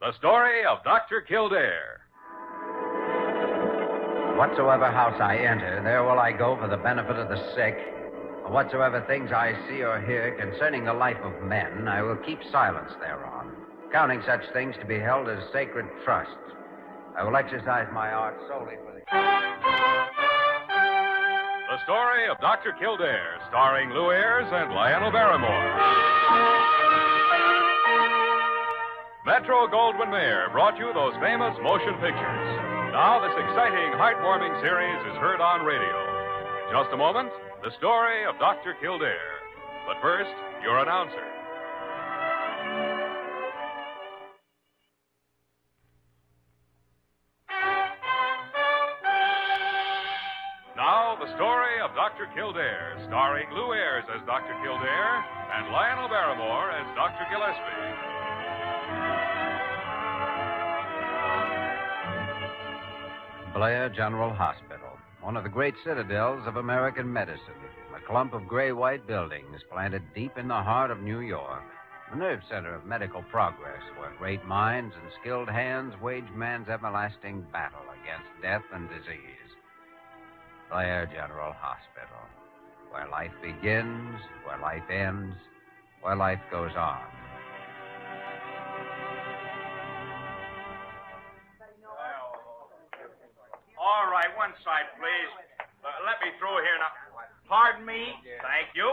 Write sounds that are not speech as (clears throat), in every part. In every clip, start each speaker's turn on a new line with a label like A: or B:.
A: The story of Dr. Kildare.
B: Whatsoever house I enter, there will I go for the benefit of the sick. And Whatsoever things I see or hear concerning the life of men, I will keep silence thereon, counting such things to be held as sacred trusts. I will exercise my art solely for the.
A: The story of Dr. Kildare, starring Lou Ayres and Lionel Barrymore. Metro Goldwyn Mayer brought you those famous motion pictures. Now, this exciting, heartwarming series is heard on radio. In just a moment, the story of Dr. Kildare. But first, your announcer. Now, the story of Dr. Kildare, starring Lou Ayres as Dr. Kildare and Lionel Barrymore as Dr. Gillespie.
B: Blair General Hospital, one of the great citadels of American medicine, a clump of gray white buildings planted deep in the heart of New York, the nerve center of medical progress, where great minds and skilled hands wage man's everlasting battle against death and disease. Blair General Hospital, where life begins, where life ends, where life goes on.
C: All right, one side, please. Uh, let me through here now. Pardon me. Thank you.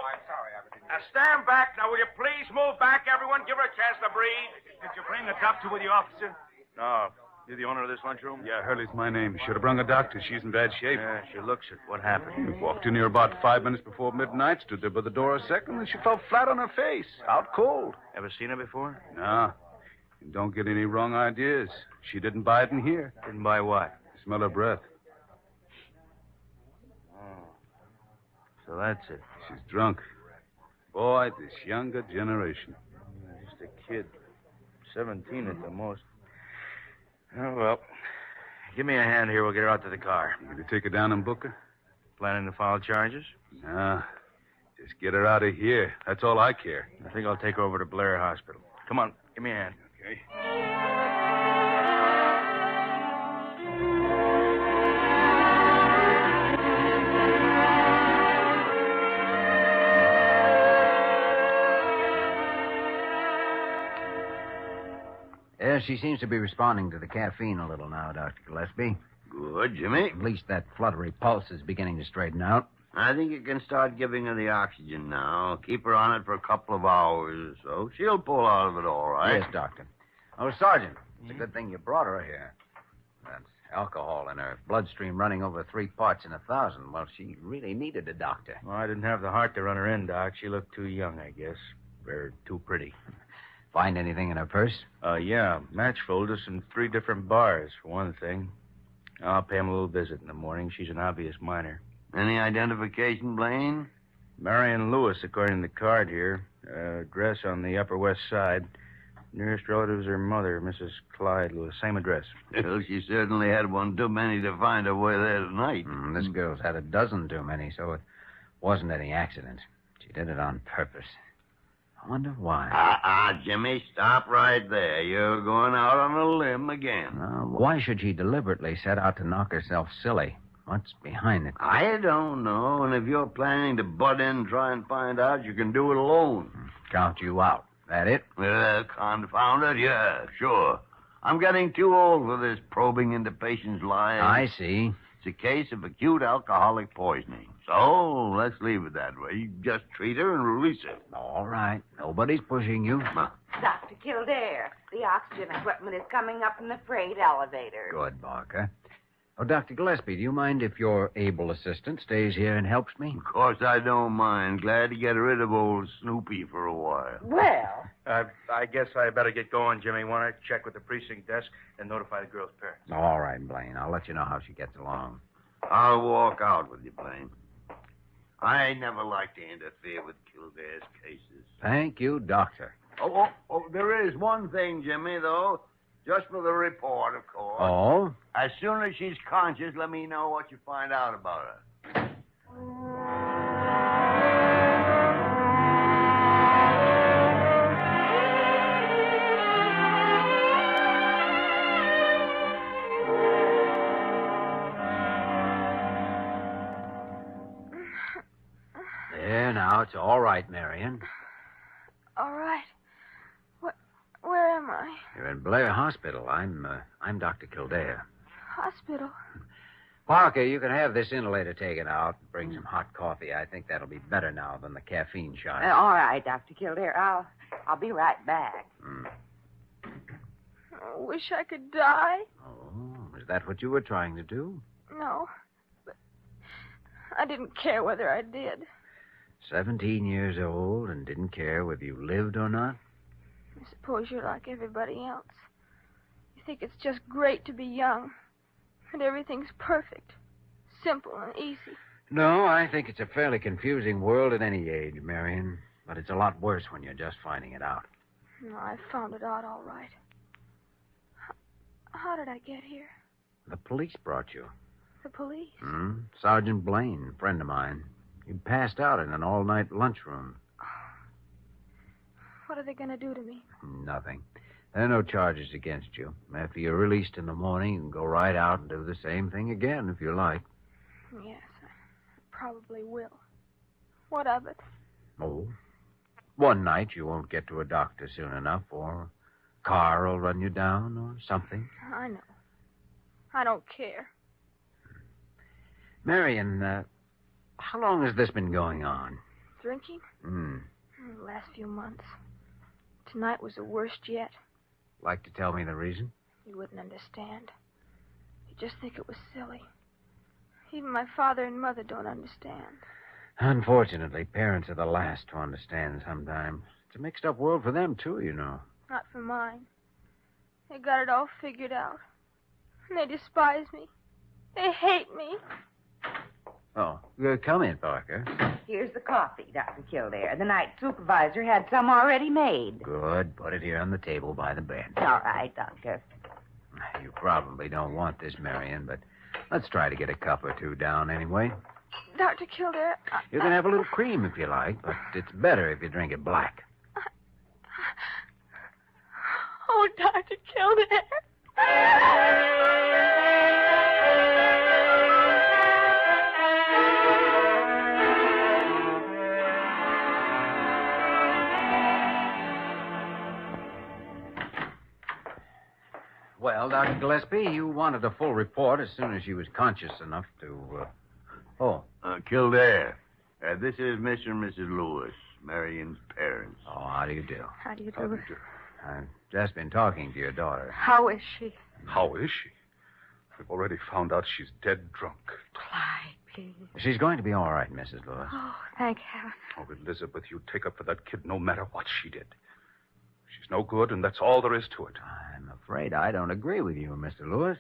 C: Now stand back. Now, will you please move back, everyone? Give her a chance to breathe. Did you bring a doctor with you, officer?
D: No. You're the owner of this lunchroom?
E: Yeah, Hurley's my name. Should have brung a doctor. She's in bad shape.
D: Yeah, she looks it. What happened?
E: Walked in here about five minutes before midnight, stood there by the door a second, and she fell flat on her face, out cold.
D: Ever seen her before?
E: No. And don't get any wrong ideas. She didn't buy it in here.
D: Didn't buy what?
E: Smell her breath.
D: Oh. So that's it.
E: She's drunk. Boy, this younger generation.
D: Just a kid. 17 at the most. Oh, well. Give me a hand here. We'll get her out to the car.
E: You gonna take her down and book her?
D: Planning to file charges?
E: No. Just get her out of here. That's all I care.
D: I think I'll take her over to Blair Hospital. Come on. Give me a hand.
E: Okay.
B: Yeah, she seems to be responding to the caffeine a little now, Dr. Gillespie.
C: Good, Jimmy.
B: At least that fluttery pulse is beginning to straighten out.
C: I think you can start giving her the oxygen now. Keep her on it for a couple of hours or so. She'll pull out of it all right.
B: Yes, Doctor. Oh, Sergeant, it's a good thing you brought her here. That's alcohol in her bloodstream running over three parts in a thousand. Well, she really needed a doctor.
D: Well, I didn't have the heart to run her in, Doc. She looked too young, I guess. Or too pretty.
B: Find anything in her purse?
D: Uh, yeah, match folders from three different bars, for one thing. I'll pay him a little visit in the morning. She's an obvious minor.
C: Any identification, Blaine?
D: Marion Lewis, according to the card here. Uh, address on the Upper West Side. Nearest relatives her mother, Mrs. Clyde Lewis. Same address.
C: Well, she certainly had one too many to find her way there tonight.
D: Hmm,
B: Mm, this girl's had a dozen too many, so it wasn't any accident. She did it on purpose. I wonder why.
C: Ah, ah, Jimmy, stop right there. You're going out on a limb again.
B: Now, why should she deliberately set out to knock herself silly? What's behind it?
C: I don't know, and if you're planning to butt in and try and find out, you can do it alone.
B: Count you out. That it?
C: Well, confound it, yeah, sure. I'm getting too old for this probing into patients' lives.
B: I see.
C: It's a case of acute alcoholic poisoning. So let's leave it that way. You just treat her and release her.
B: All right. Nobody's pushing you.
F: Dr. Kildare, the oxygen equipment is coming up in the freight elevator.
B: Good, Barker. Oh, Dr. Gillespie, do you mind if your able assistant stays here and helps me?
D: Of course, I don't mind. Glad to get rid of old Snoopy for a while.
G: Well,
H: I, Uh, I guess I better get going, Jimmy. Want to check with the precinct desk and notify the girl's parents?
B: All right, Blaine. I'll let you know how she gets along.
D: I'll walk out with you, Blaine. I ain't never liked to interfere with Kildare's cases.
B: Thank you, Doctor.
D: Oh, oh, oh, there is one thing, Jimmy, though. Just for the report, of course.
B: Oh?
D: As soon as she's conscious, let me know what you find out about her.
B: There now, it's all right, Marion.
G: all right. What, where am I?
B: You're in Blair Hospital. I'm uh, I'm Dr. Kildare.
G: Hospital.
B: Parker, you can have this inhalator taken out and bring some hot coffee. I think that'll be better now than the caffeine shot.
G: Uh, all right, Dr. Kildare. I'll, I'll be right back.
B: Hmm.
G: I wish I could die.
B: Oh, is that what you were trying to do?
G: No. But I didn't care whether I did.
B: Seventeen years old and didn't care whether you lived or not?
G: I suppose you're like everybody else. You think it's just great to be young, and everything's perfect, simple, and easy.
B: No, I think it's a fairly confusing world at any age, Marion. But it's a lot worse when you're just finding it out.
G: No, I found it out all right. How, how did I get here?
B: The police brought you.
G: The police?
B: Hmm? Sergeant Blaine, friend of mine. You passed out in an all night lunchroom.
G: What are they going to do to me?
B: Nothing. There are no charges against you. After you're released in the morning, you can go right out and do the same thing again if you like.
G: Yes, I probably will. What of it?
B: Oh. One night you won't get to a doctor soon enough, or a car will run you down, or something.
G: I know. I don't care.
B: Marion, uh, how long has this been going on?
G: Drinking?
B: Hmm.
G: Hmm, Last few months. Tonight was the worst yet.
B: Like to tell me the reason?
G: You wouldn't understand. You just think it was silly. Even my father and mother don't understand.
B: Unfortunately, parents are the last to understand sometimes. It's a mixed up world for them, too, you know.
G: Not for mine. They got it all figured out. And they despise me. They hate me.
B: Oh, uh, come in, Parker.
F: Here's the coffee, Dr. Kildare. The night supervisor had some already made.
B: Good. Put it here on the table by the bed.
F: All right, Doctor.
B: You probably don't want this, Marion, but let's try to get a cup or two down anyway.
G: Dr. Kildare, I,
B: You can have a little cream if you like, but it's better if you drink it black.
G: Oh, Dr. Kildare.
B: Well, Dr. Gillespie, you wanted a full report as soon as she was conscious enough to. Uh... Oh.
D: Uh, Kildare, uh, this is Mr. and Mrs. Lewis, Marion's parents.
B: Oh, how do you do?
G: How do you do?
B: I've just been talking to your daughter.
G: How is she?
A: How is she? We've already found out she's dead drunk.
G: Clyde, please.
B: She's going to be all right, Mrs. Lewis.
G: Oh, thank heaven.
A: Oh, Elizabeth, you take up for that kid no matter what she did. She's no good, and that's all there is to it.
B: I'm afraid I don't agree with you, Mr. Lewis.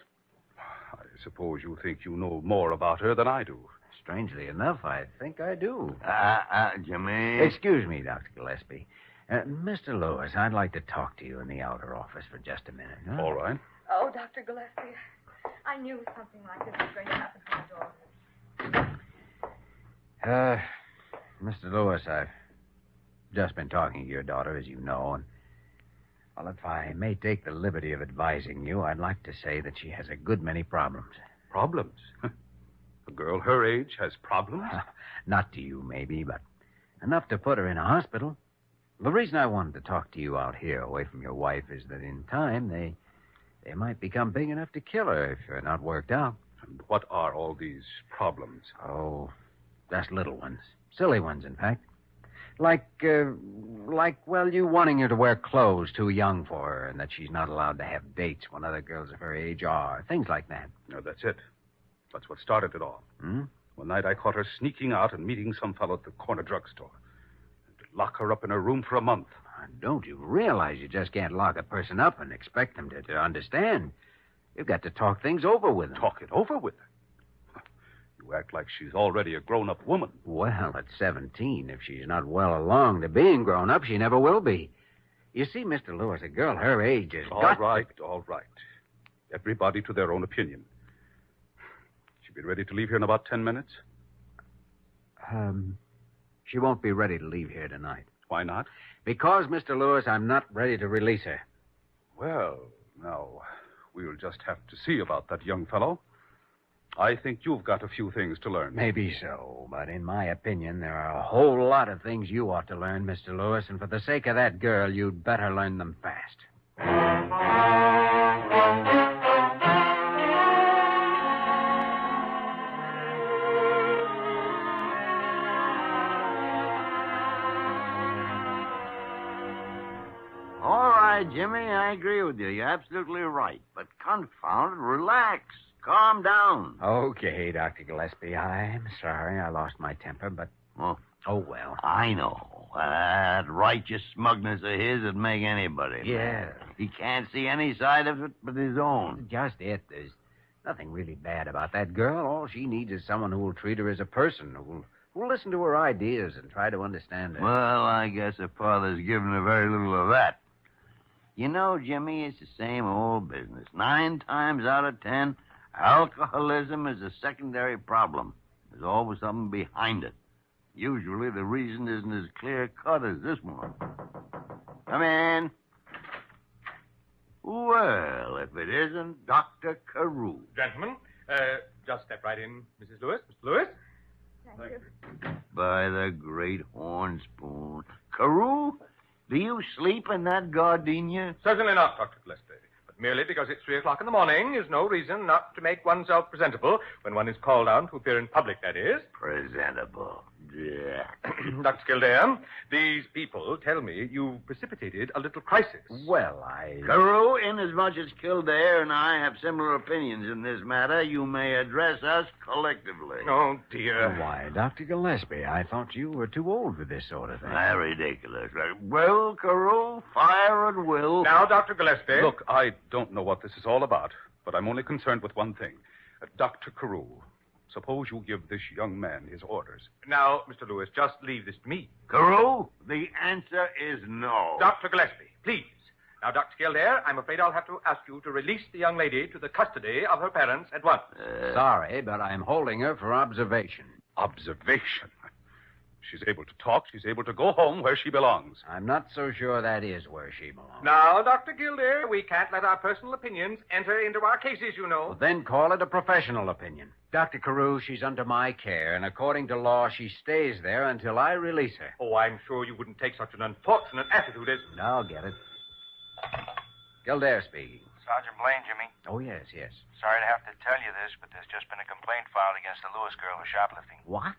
A: I suppose you think you know more about her than I do.
B: Strangely enough, I think I do.
D: Ah, uh, uh, Jimmy.
B: Excuse me, Dr. Gillespie. Uh, Mr. Lewis, I'd like to talk to you in the outer office for just a minute. Huh?
A: All right.
G: Oh, Dr. Gillespie, I knew something like this was going to happen to my daughter.
B: Uh, Mr. Lewis, I've just been talking to your daughter, as you know, and well, if I may take the liberty of advising you, I'd like to say that she has a good many problems.
A: Problems. (laughs) A girl her age has problems?
B: Not to you, maybe, but enough to put her in a hospital. The reason I wanted to talk to you out here, away from your wife, is that in time they they might become big enough to kill her if they're not worked out.
A: And what are all these problems?
B: Oh, just little ones, silly ones, in fact. Like, uh, like, well, you wanting her to wear clothes too young for her, and that she's not allowed to have dates when other girls of her age are, things like that.
A: No, that's it. That's what started it all.
B: Hmm?
A: One night I caught her sneaking out and meeting some fellow at the corner drugstore. And to lock her up in her room for a month.
B: Now, Uh, Don't you realize you just can't lock a person up and expect them to, to understand? You've got to talk things over with them.
A: Talk it over with her. You act like she's already a grown up woman.
B: Well, at 17, if she's not well along to being grown up, she never will be. You see, Mr. Lewis, a girl her age is.
A: All right,
B: got
A: all right. Everybody to their own opinion. She'll be ready to leave here in about ten minutes.
B: Um, she won't be ready to leave here tonight.
A: Why not?
B: Because, Mr. Lewis, I'm not ready to release her.
A: Well, now, we'll just have to see about that young fellow. I think you've got a few things to learn.
B: Maybe so, but in my opinion, there are a whole lot of things you ought to learn, Mr. Lewis, and for the sake of that girl, you'd better learn them fast.
D: All right, Jimmy, I agree with you. You're absolutely right. But confound it, relax. Calm down.
B: Okay, Dr. Gillespie, I'm sorry I lost my temper, but.
D: Oh.
B: oh well.
D: I know. That righteous smugness of his would make anybody. mad.
B: Yeah.
D: He can't see any side of it but his own.
B: Just it. There's nothing really bad about that girl. All she needs is someone who will treat her as a person, who'll, who'll listen to her ideas and try to understand her.
D: Well, I guess her father's given her very little of that. You know, Jimmy, it's the same old business. Nine times out of ten, alcoholism is a secondary problem. There's always something behind it. Usually the reason isn't as clear cut as this one. Come in. Well, if it isn't Dr. Carew.
I: Gentlemen, uh, just step right in, Mrs. Lewis. Mr. Lewis?
G: Thank you.
D: By the great horn spoon. Carew, do you sleep in that gardenia?
I: Certainly not, Dr. Gillespie. But merely because it's three o'clock in the morning is no reason not to make oneself presentable when one is called on to appear in public, that is. (clears throat)
D: (coughs) Presentable. Yeah.
I: Dr. Kildare, these people tell me you precipitated a little crisis.
B: well, I.
D: Carew, inasmuch as Kildare and I have similar opinions in this matter, you may address us collectively.
I: Oh, dear.
B: Why, Dr. Gillespie, I thought you were too old for this sort of thing.
D: Ah, ridiculous. Well, Carew, fire at will.
I: Now, Dr. Gillespie.
A: Look, I don't know what this is all about, but I'm only concerned with one thing. Uh, Dr. Carew, suppose you give this young man his orders.
I: Now, Mr. Lewis, just leave this to me.
D: Carew, the answer is no.
I: Dr. Gillespie, please. Now, Dr. Kildare, I'm afraid I'll have to ask you to release the young lady to the custody of her parents at once.
D: Uh,
B: Sorry, but I'm holding her for observation.
A: Observation. She's able to talk. She's able to go home where she belongs.
B: I'm not so sure that is where she belongs.
I: Now, Dr. Kildare, we can't let our personal opinions enter into our cases, you know.
B: Well, then call it a professional opinion. Dr. Carew, she's under my care, and according to law, she stays there until I release her.
I: Oh, I'm sure you wouldn't take such an unfortunate attitude as.
B: I'll get it. Gildare speaking.
J: Sergeant Blaine, Jimmy.
B: Oh, yes, yes.
J: Sorry to have to tell you this, but there's just been a complaint filed against the Lewis girl for shoplifting.
B: What?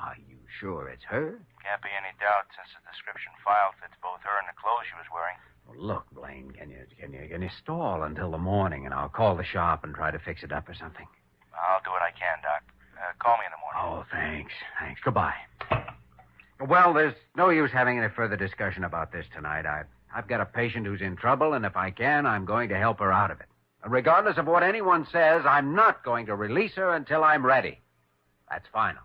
B: Are you sure it's her?
J: Can't be any doubt since the description filed fits both her and the clothes she was wearing.
B: Well, Look, Blaine, can you can you can you stall until the morning, and I'll call the shop and try to fix it up or something.
J: I'll do what I can, Doc. Uh, call me in the morning.
B: Oh, thanks, thanks. Goodbye. Well, there's no use having any further discussion about this tonight. I I've got a patient who's in trouble, and if I can, I'm going to help her out of it. Regardless of what anyone says, I'm not going to release her until I'm ready. That's final.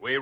K: We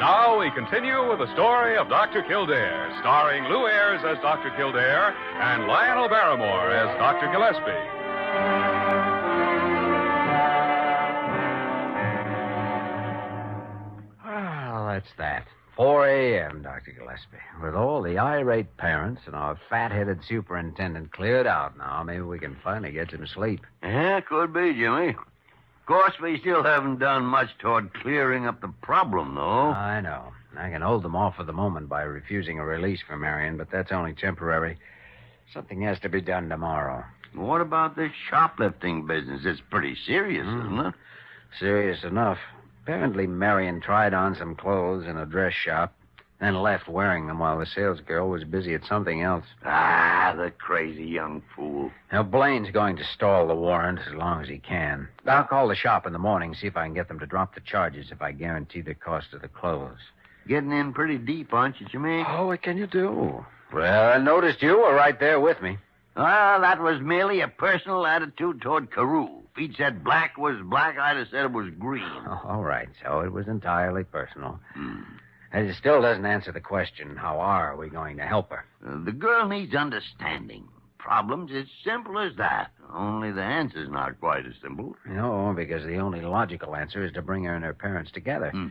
K: Now we continue with the story of Dr. Kildare, starring Lou Ayres as Dr. Kildare and Lionel Barrymore as Dr. Gillespie.
B: Well, Ah, that's that. 4 a.m., Dr. Gillespie. With all the irate parents and our fat headed superintendent cleared out now, maybe we can finally get some sleep.
D: Yeah, could be, Jimmy. Of course, we still haven't done much toward clearing up the problem, though.
B: I know. I can hold them off for the moment by refusing a release for Marion, but that's only temporary. Something has to be done tomorrow.
D: What about this shoplifting business? It's pretty serious, isn't it?
B: Serious enough. Apparently, Marion tried on some clothes in a dress shop, then left wearing them while the salesgirl was busy at something else.
D: Ah, the crazy young fool.
B: Now, Blaine's going to stall the warrant as long as he can. I'll call the shop in the morning, see if I can get them to drop the charges if I guarantee the cost of the clothes.
D: Getting in pretty deep, aren't you, Jimmy?
B: Oh, what can you do? Well, I noticed you were right there with me.
D: Well, that was merely a personal attitude toward Carew. If he'd said black was black, I'd have said it was green.
B: Oh, All right, so it was entirely personal. And it still doesn't answer the question how are we going to help her?
D: Uh, the girl needs understanding. Problems as simple as that. Only the answer's not quite as simple.
B: No, because the only logical answer is to bring her and her parents together.
D: Hmm.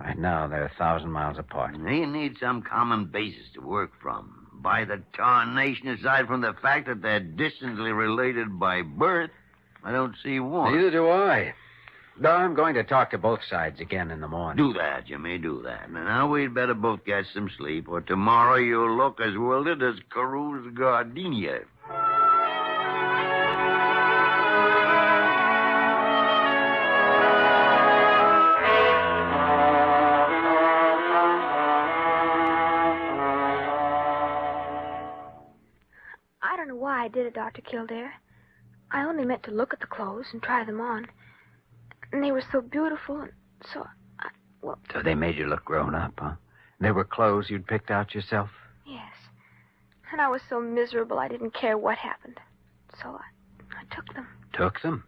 B: Right now, they're a thousand miles apart.
D: They need some common basis to work from. By the tarnation, aside from the fact that they're distantly related by birth, I don't see one.
B: Neither do I. No, I'm going to talk to both sides again in the morning.
D: Do that, Jimmy, do that. Now, we'd better both get some sleep, or tomorrow you'll look as wilted as Carew's gardenia.
G: I don't know why I did it, Dr. Kildare. I only meant to look at the clothes and try them on. And they were so beautiful and so. I, well,
B: So they made you look grown up, huh? They were clothes you'd picked out yourself?
G: yes. And I was so miserable I didn't care what happened. So I, I took them.
B: Took them?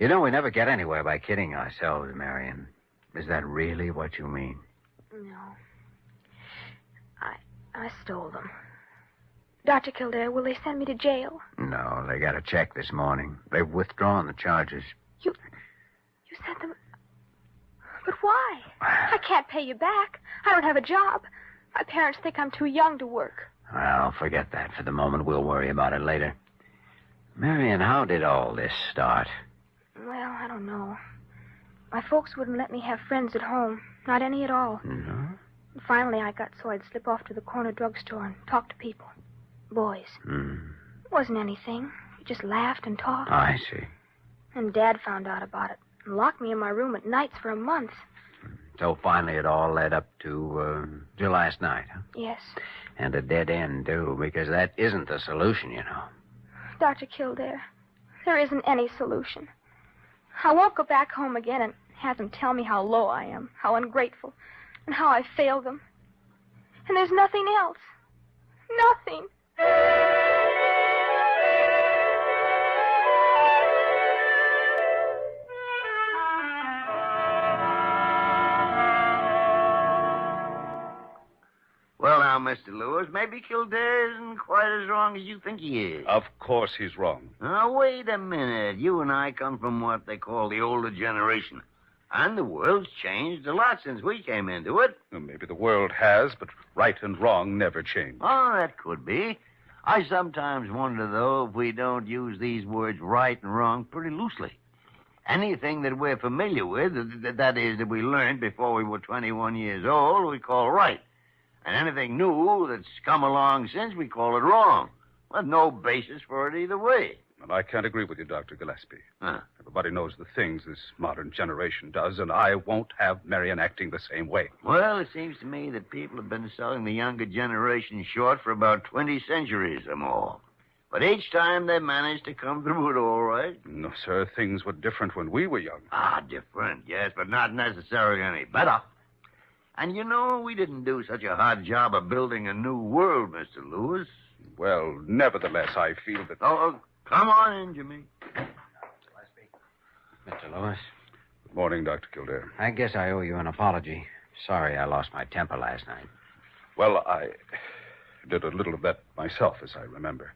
B: You know, we never get anywhere by kidding ourselves, Marion. Is that really what you mean?
G: No. I I stole them. Dr. Kildare, will they send me to jail?
B: No, they got a check this morning. They've withdrawn the charges.
G: You sent them. But why? I can't pay you back. I don't have a job. My parents think I'm too young to work.
B: Well, forget that for the moment. We'll worry about it later. Marion, how did all this start?
G: Well, I don't know. My folks wouldn't let me have friends at home. Not any at all.
B: No?
G: And finally, I got so I'd slip off to the corner drugstore and talk to people. Boys.
B: Hmm.
G: It wasn't anything. We just laughed and talked.
B: I see.
G: And Dad found out about it and locked me in my room at nights for a month.
B: So finally, it all led up to uh, to last night, huh?
G: Yes.
B: and a dead end too, because that isn't the solution, you know.
G: Dr. Kildare, there isn't any solution. I won't go back home again and have them tell me how low I am, how ungrateful, and how I failed them. And there's nothing else. Nothing.
D: Well, now, Mr. Lewis, maybe Kildare isn't quite as wrong as you think he is.
A: Of course he's wrong.
D: Now, wait a minute. You and I come from what they call the older generation. And the world's changed a lot since we came into it.
A: Well, Maybe the world has, but right and wrong never change.
D: Oh, that could be. I sometimes wonder, though, if we don't use these words right and wrong pretty loosely. Anything that we're familiar with, th- th- that is, that we learned before we were 21 years old, we call right. And anything new that's come along since, we call it wrong. With no basis for it either way.
A: And I can't agree with you, Dr. Gillespie.
D: Huh.
A: Everybody knows the things this modern generation does, and I won't have Marion acting the same way.
D: Well, it seems to me that people have been selling the younger generation short for about 20 centuries or more. But each time they manage to come through it all right.
A: No, sir, things were different when we were young.
D: Ah, different, yes, but not necessarily any better. And you know, we didn't do such a hard job of building a new world, Mr. Lewis.
A: Well, nevertheless, I feel that.
D: Oh, oh, come on in, Jimmy.
B: Mr. Lewis,
A: Good morning, Dr. Kildare.
B: I guess I owe you an apology. Sorry I lost my temper last night.
A: Well, I did a little of that myself, as I remember.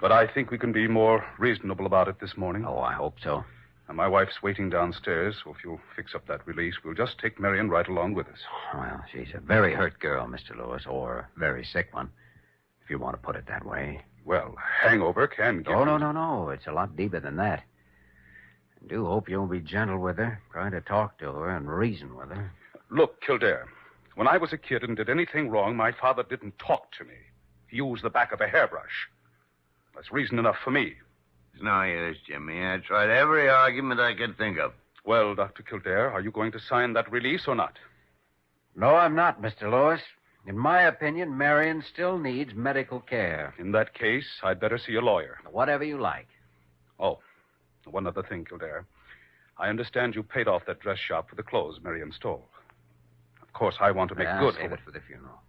A: But I think we can be more reasonable about it this morning.
B: Oh, I hope so.
A: And my wife's waiting downstairs, so if you'll fix up that release, we'll just take Marion right along with us.
B: Well, she's a very hurt girl, Mr. Lewis, or a very sick one, if you want to put it that way.
A: Well, hangover can give.
B: Oh,
A: you-
B: no, no, no. It's a lot deeper than that. I do hope you'll be gentle with her, try to talk to her and reason with her.
A: Look, Kildare, when I was a kid and did anything wrong, my father didn't talk to me. He used the back of a hairbrush. That's reason enough for me.
D: It's no use, Jimmy. I tried every argument I could think of.
A: Well, Dr. Kildare, are you going to sign that release or not?
B: No, I'm not, Mr. Lewis. In my opinion, Marion still needs medical care.
A: In that case, I'd better see a lawyer.
B: Whatever you like.
A: Oh, one other thing, Kildare. I understand you paid off that dress shop for the clothes Marion stole. Of course, I want to make
B: I'll
A: good.
B: save
A: for
B: it for the funeral.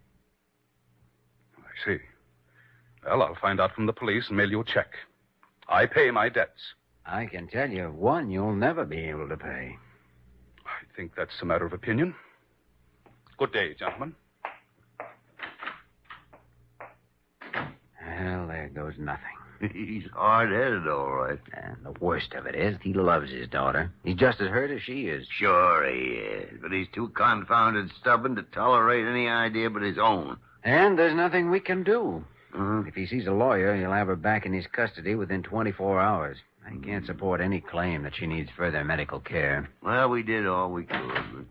A: what- I see. Well, I'll find out from the police and mail you a check. I pay my debts.
B: I can tell you one you'll never be able to pay.
A: I think that's a matter of opinion. Good day, gentlemen.
B: Well, there goes nothing.
D: (laughs) He's hard headed, all right.
B: And the worst of it is, he loves his daughter. He's just as hurt as she is.
D: Sure he is, but he's too confounded stubborn to tolerate any idea but his own.
B: And there's nothing we can do.
D: Uh-huh.
B: If he sees a lawyer, he'll have her back in his custody within 24 hours. I can't support any claim that she needs further medical care.
D: Well, we did all we could.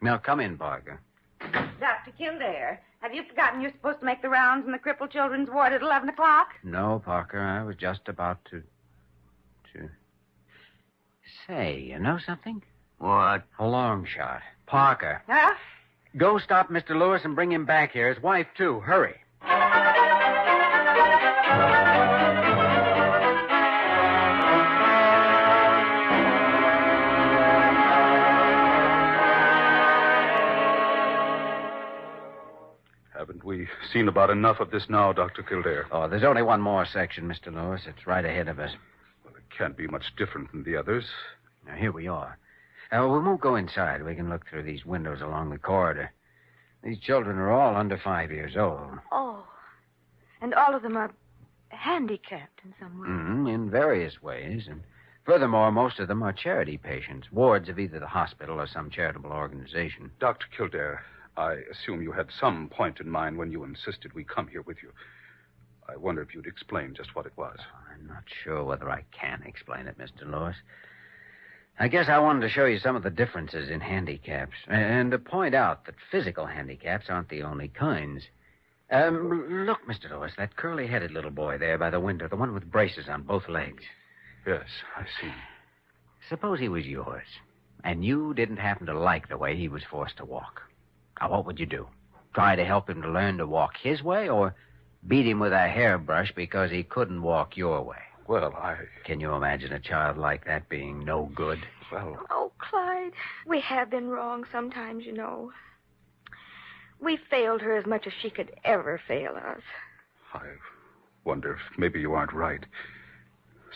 B: Now, come in, Parker.
F: Dr. Kildare, have you forgotten you're supposed to make the rounds in the crippled children's ward at 11 o'clock?
B: No, Parker, I was just about to. to. Say, you know something?
D: What?
B: A long shot. Parker,
F: Huh?
B: go stop Mr. Lewis and bring him back here. His wife, too. Hurry.
A: Haven't we seen about enough of this now, Dr. Kildare?
B: Oh, there's only one more section, Mr. Lewis. It's right ahead of us.
A: Well, it can't be much different than the others.
B: Now, here we are. Uh, we won't go inside. We can look through these windows along the corridor. These children are all under five years old.
G: Oh. And all of them are handicapped in some way.
B: Mm, in various ways. And furthermore, most of them are charity patients, wards of either the hospital or some charitable organization.
A: Dr. Kildare, I assume you had some point in mind when you insisted we come here with you. I wonder if you'd explain just what it was.
B: I'm not sure whether I can explain it, Mr. Lewis. I guess I wanted to show you some of the differences in handicaps a- and to point out that physical handicaps aren't the only kinds. Um, look, Mr. Lewis, that curly headed little boy there by the window, the one with braces on both legs.
A: Yes, I see.
B: Suppose he was yours, and you didn't happen to like the way he was forced to walk. Now, what would you do? Try to help him to learn to walk his way, or beat him with a hairbrush because he couldn't walk your way?
A: Well, I.
B: Can you imagine a child like that being no good?
A: Well,
G: Oh, Clyde, we have been wrong sometimes, you know. We failed her as much as she could ever fail us.
A: I wonder if maybe you aren't right.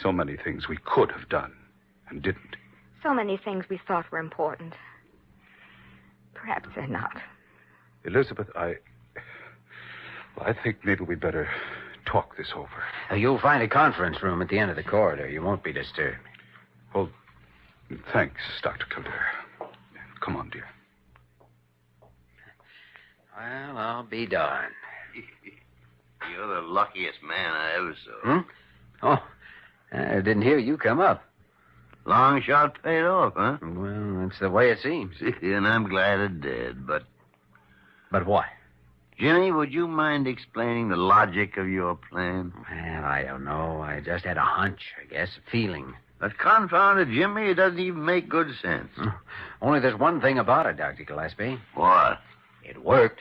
A: So many things we could have done and didn't.
G: So many things we thought were important. Perhaps they're not.
A: Elizabeth, I. I think maybe we'd better talk this over.
B: Uh, You'll find a conference room at the end of the corridor. You won't be disturbed.
A: Thanks, Dr. Kildare. Come on, dear.
B: Well, I'll be darned.
D: You're the luckiest man I ever saw.
B: Hmm? Oh, I didn't hear you come up.
D: Long shot paid off, huh? (laughs)
B: Well, that's the way it seems.
D: and I'm glad it did, but.
B: But what?
D: Jimmy, would you mind explaining the logic of your plan?
B: Well, I don't know. I just had a hunch, I guess, a feeling.
D: But confounded Jimmy, it doesn't even make good (laughs) sense.
B: Only there's one thing about it, Dr. Gillespie.
D: What?
B: It worked.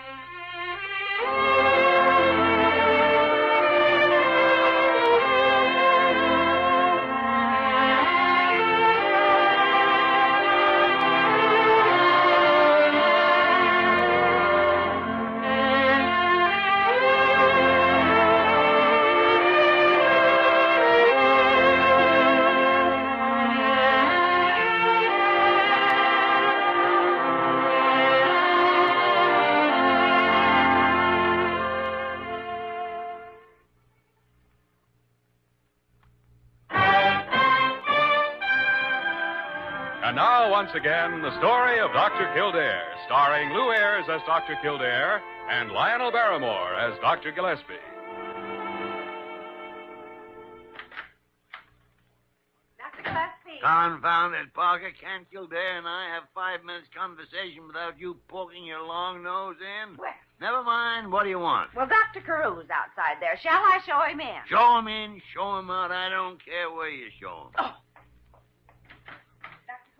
K: And now, once again, the story of Dr. Kildare, starring Lou Ayres as Dr. Kildare and Lionel Barrymore as Dr. Gillespie.
F: Dr. Gillespie.
D: Confound it, Parker. Can't Kildare and I have five minutes conversation without you poking your long nose in?
F: Well,
D: Never mind. What do you want?
F: well, Dr. Carew's outside there. Shall I show him in?
D: Show him in, show him out. I don't care where you show him.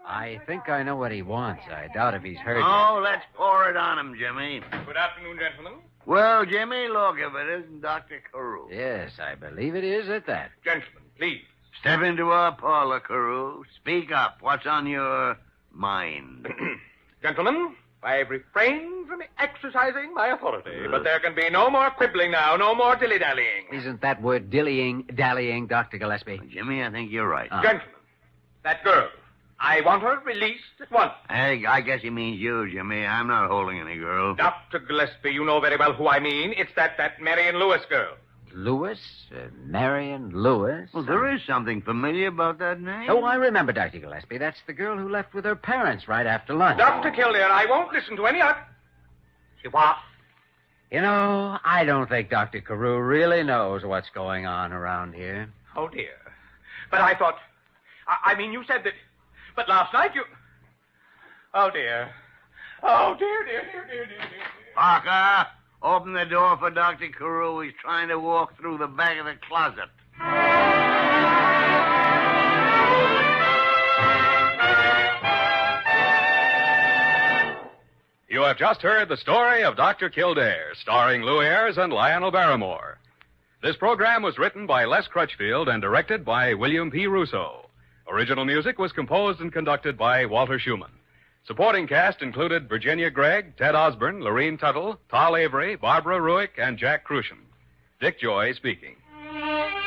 B: I think I know what he wants. I doubt if he's heard
D: Oh, let's pour it on him, Jimmy.
I: Good afternoon, gentlemen.
D: Well, Jimmy, look, if it isn't Dr. Carew.
B: yet. Yes, I believe it is at that.
I: Gentlemen, please. (clears throat)
D: Step into our parlor, Carew. Speak up. What's on your
I: (clears throat)
D: mind?
I: Gentlemen, I've refrained from exercising my authority, but there can be no more quibbling now, no more dilly dallying.
B: Isn't that word dillying, dallying, Dr. Gillespie?
D: Jimmy, I think you're right.
B: Ah.
I: Gentlemen, that girl, I want her released at once.
D: Hey, I guess he means you, Jimmy. I'm not holding any girl.
I: Dr. Gillespie, you know very well who I mean. It's that, that Marion Lewis girl.
B: Lewis? Uh, Marion Lewis?
D: Well, there is something familiar about that name.
B: Oh, I remember, Dr. Gillespie. That's the girl who left with her parents right after lunch.
I: Dr. Kildare, I won't listen to any other. She what?
B: You know, I don't think Dr. Carew really knows what's going on around here.
I: Oh, dear. But I thought. I, I mean, you said that. But last night you. Oh, dear. Oh, dear, dear, dear, dear, dear, dear. dear.
D: Parker, open the door for Dr. Carew. He's trying to walk through the back of the closet.
K: You have just heard the story of Dr. Kildare, starring Lou Ayres and Lionel Barrymore. This program was written by Les Crutchfield and directed by William P. Russo. Original music was composed and conducted by Walter Schumann. Supporting cast included Virginia Gregg, Ted Osborne, Lorene Tuttle, Tal Avery, Barbara Ruick, and Jack Crucian. Dick Joy speaking.
F: Gentlemen.